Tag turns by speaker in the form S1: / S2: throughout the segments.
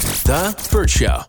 S1: The Burt Show.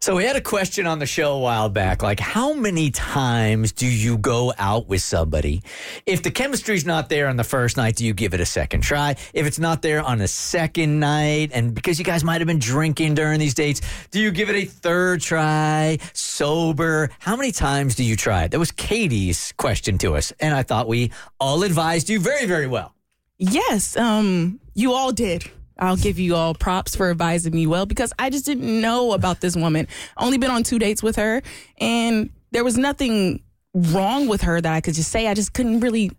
S2: So we had a question on the show a while back, like how many times do you go out with somebody? If the chemistry's not there on the first night, do you give it a second try? If it's not there on a second night, and because you guys might have been drinking during these dates, do you give it a third try? Sober? How many times do you try it? That was Katie's question to us, and I thought we all advised you very, very well.
S3: Yes, um, you all did. I'll give you all props for advising me well because I just didn't know about this woman. Only been on two dates with her, and there was nothing wrong with her that I could just say. I just couldn't really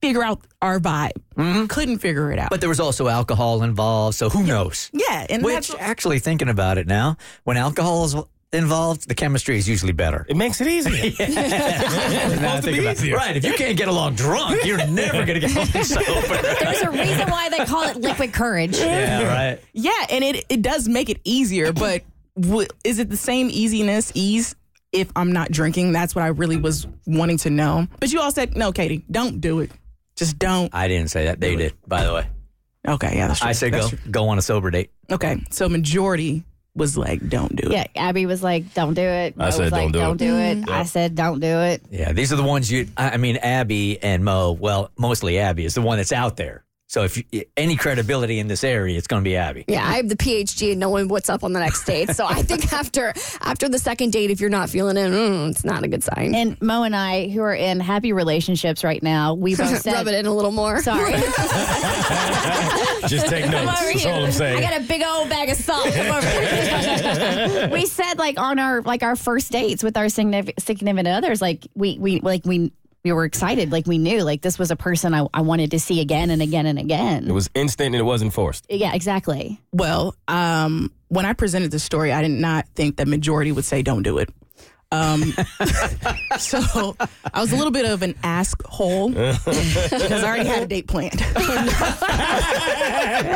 S3: figure out our vibe. Couldn't figure it out.
S2: Mm-hmm. But there was also alcohol involved, so who knows?
S3: yeah, and
S2: Which,
S3: that's
S2: actually, thinking about it now, when alcohol is involved, the chemistry is usually better.
S4: It makes it easier.
S2: Now I think about it. Right. If you can't get along drunk, you're never going to get along sober.
S5: There's a reason why they call it liquid courage.
S2: yeah, right.
S3: yeah, and it it does make it easier. But w- is it the same easiness ease? If I'm not drinking, that's what I really was wanting to know. But you all said no, Katie. Don't do it. Just don't.
S2: I didn't say that. They did, by the way.
S3: Okay, yeah, that's true.
S2: I said go
S3: That's true.
S2: go on a sober date.
S3: Okay, so majority was like, don't do it.
S5: Yeah, Abby was like, "Don't do it."
S4: I
S5: Mo was
S4: said, "Don't
S5: like,
S4: do it."
S5: Don't do it.
S6: Mm-hmm.
S5: I said, "Don't do it."
S2: Yeah, these are the ones you. I I mean, Abby and Mo. Well, mostly Abby is the one that's out there. So if you, any credibility in this area, it's going to be Abby.
S6: Yeah, I have the PhD in knowing what's up on the next date. So I think after after the second date, if you're not feeling it, mm, it's not a good sign.
S5: And Mo and I, who are in happy relationships right now, we both said,
S6: Rub it in a little more.
S5: "Sorry,
S4: Just take notes.
S5: Come over
S4: That's
S5: here.
S4: all I'm
S5: I
S4: saying.
S5: got a big old bag of salt. Come over here." we said like on our like our first dates with our signif- significant others, like we we like we we were excited, like we knew like this was a person I, I wanted to see again and again and
S4: it
S5: again.
S4: was instant and it wasn't forced.
S5: Yeah, exactly.
S3: Well, um, when I presented the story, I did not think that majority would say don't do it. Um, so I was a little bit of an ask hole because I already had a date planned.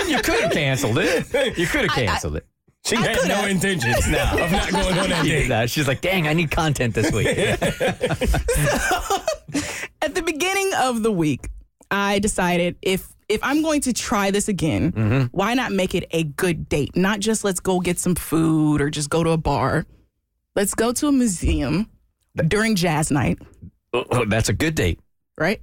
S2: you could have canceled it. You could have canceled it.
S4: She had no intentions now of not going on that date.
S2: Yeah, she's like, dang, I need content this week.
S3: At the beginning of the week, I decided if if I'm going to try this again, why not make it a good date? Not just let's go get some food or just go to a bar. Let's go to a museum during jazz night,
S2: Oh, oh, that's a good date.
S3: right?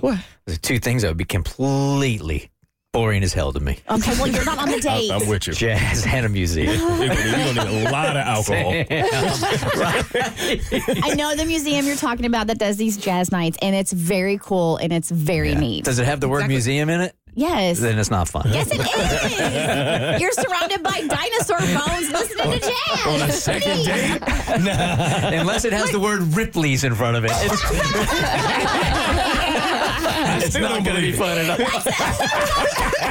S3: what?
S2: There's two things that would be completely boring as hell to me.
S5: Okay, well you're not on the date.
S4: I'm with you.
S2: Jazz and a museum.
S4: You're going to need a lot of alcohol.
S5: I know the museum you're talking about that does these jazz nights, and it's very cool and it's very neat.
S2: Does it have the word museum in it?
S5: Yes.
S2: Then it's not fun.
S5: Yes, it is. You're surrounded by dinosaur bones listening to jazz. On a second date?
S2: Unless it has the word Ripley's in front of it. It's, it's not going to be fun enough. Did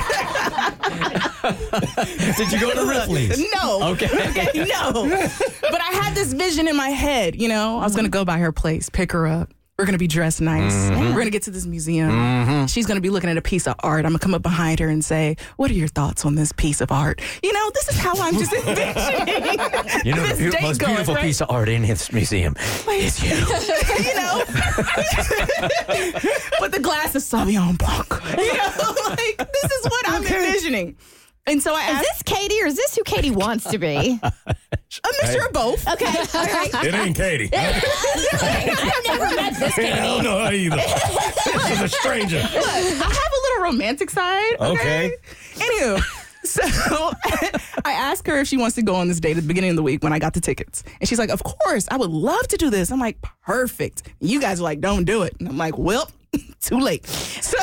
S2: you go to Ripley's?
S3: No.
S2: Okay.
S3: no. But I had this vision in my head, you know, I was going to go by her place, pick her up. We're going to be dressed nice.
S2: Mm-hmm.
S3: We're going to get to this museum. She's going to be looking at a piece of art. I'm going to come up behind her and say, What are your thoughts on this piece of art? You know, this is how I'm just envisioning
S2: You know,
S3: this
S2: the
S3: date
S2: most
S3: going,
S2: beautiful
S3: right?
S2: piece of art in his museum is you.
S3: you know, with the glass of Sauvignon Blanc. You know, like, this is what I'm envisioning. And so I
S5: Is
S3: asked
S5: this Katie or is this who Katie wants to be?
S3: a mixture of both.
S5: Okay. All right.
S4: It ain't Katie.
S5: I've never met this
S4: I
S5: Katie.
S4: don't know her either. This is a stranger.
S3: I have a little romantic side. Okay.
S4: Okay.
S3: Anywho, so I asked her if she wants to go on this date at the beginning of the week when I got the tickets. And she's like, Of course, I would love to do this. I'm like, Perfect. You guys are like, Don't do it. And I'm like, Well, too late. So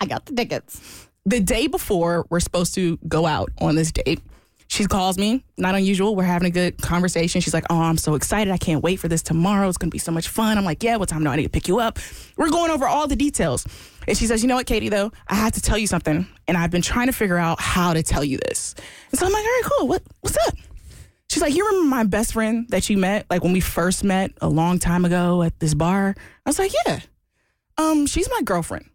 S5: I got the tickets.
S3: the day before we're supposed to go out on this date, she calls me, not unusual. We're having a good conversation. She's like, Oh, I'm so excited. I can't wait for this tomorrow. It's going to be so much fun. I'm like, Yeah, what time do I need to pick you up? We're going over all the details. And she says, You know what, Katie, though? I have to tell you something. And I've been trying to figure out how to tell you this. And so I'm like, All right, cool. What, what's up? She's like, You remember my best friend that you met, like when we first met a long time ago at this bar? I was like, Yeah. Um, she's my girlfriend.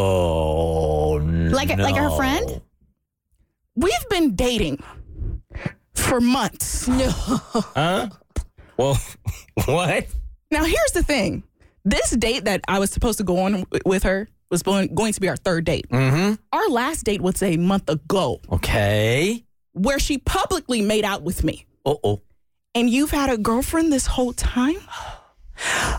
S2: Oh,
S5: Like- like her
S2: no.
S5: friend?
S3: We've been dating for months.
S4: Huh? Well, what?
S3: Now, here's the thing this date that I was supposed to go on w- with her was going, going to be our third date.
S2: Mm-hmm.
S3: Our last date was a month ago.
S2: Okay.
S3: where she publicly made out with me.
S2: Oh, oh.
S3: And you've had a girlfriend this whole time?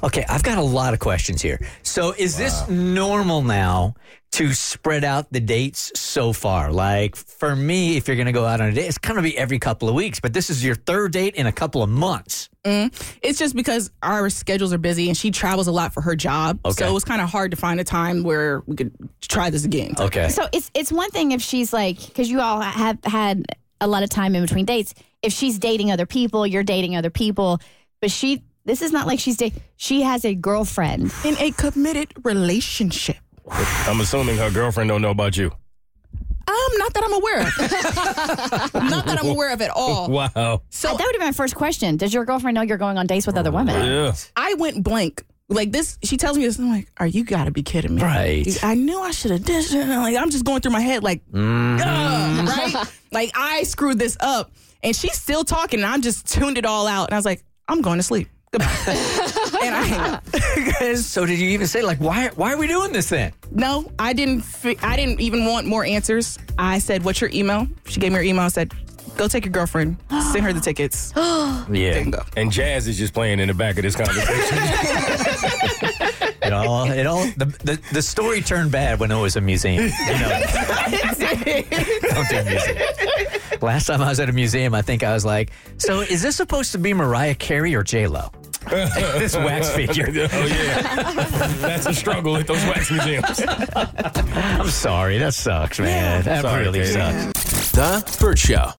S2: Okay, I've got a lot of questions here. So, is this normal now to spread out the dates so far? Like, for me, if you're going to go out on a date, it's going to be every couple of weeks, but this is your third date in a couple of months.
S3: It's just because our schedules are busy and she travels a lot for her job.
S2: Okay.
S3: So it was kind of hard to find a time where we could try this again.
S2: Okay.
S5: So it's it's one thing if she's like because you all have had a lot of time in between dates. If she's dating other people, you're dating other people, but she this is not like she's dating. She has a girlfriend.
S3: In a committed relationship.
S4: I'm assuming her girlfriend don't know about you.
S3: Um, not that I'm aware of. not that I'm aware of at all.
S4: Wow.
S5: Uh,
S3: So
S5: that would have been my first question. Does your girlfriend know you're going on dates with other women?
S4: Yeah.
S3: I went blank. Like this, she tells me this. I'm like, "Are you gotta be kidding me?"
S2: Right.
S3: I knew I should have did. it. Like I'm just going through my head, like, "Ugh," right? Like I screwed this up, and she's still talking, and I'm just tuned it all out, and I was like, "I'm going to sleep." Goodbye. and I hang up.
S2: So, did you even say, like, why, why are we doing this then?
S3: No, I didn't. Fi- I didn't even want more answers. I said, "What's your email?" She gave me her email. I said, "Go take your girlfriend. Send her the tickets."
S2: Yeah.
S3: Bingo.
S4: And Jazz is just playing in the back of this conversation.
S2: It all, it all, the, the, the story turned bad when it was a museum. You know, don't do museum. Last time I was at a museum, I think I was like, so is this supposed to be Mariah Carey or J-Lo? this wax figure.
S4: oh yeah. That's a struggle at those wax museums.
S2: I'm sorry. That sucks, man. That
S4: Sorry,
S2: really
S4: Katie.
S2: sucks.
S1: The Burt Show.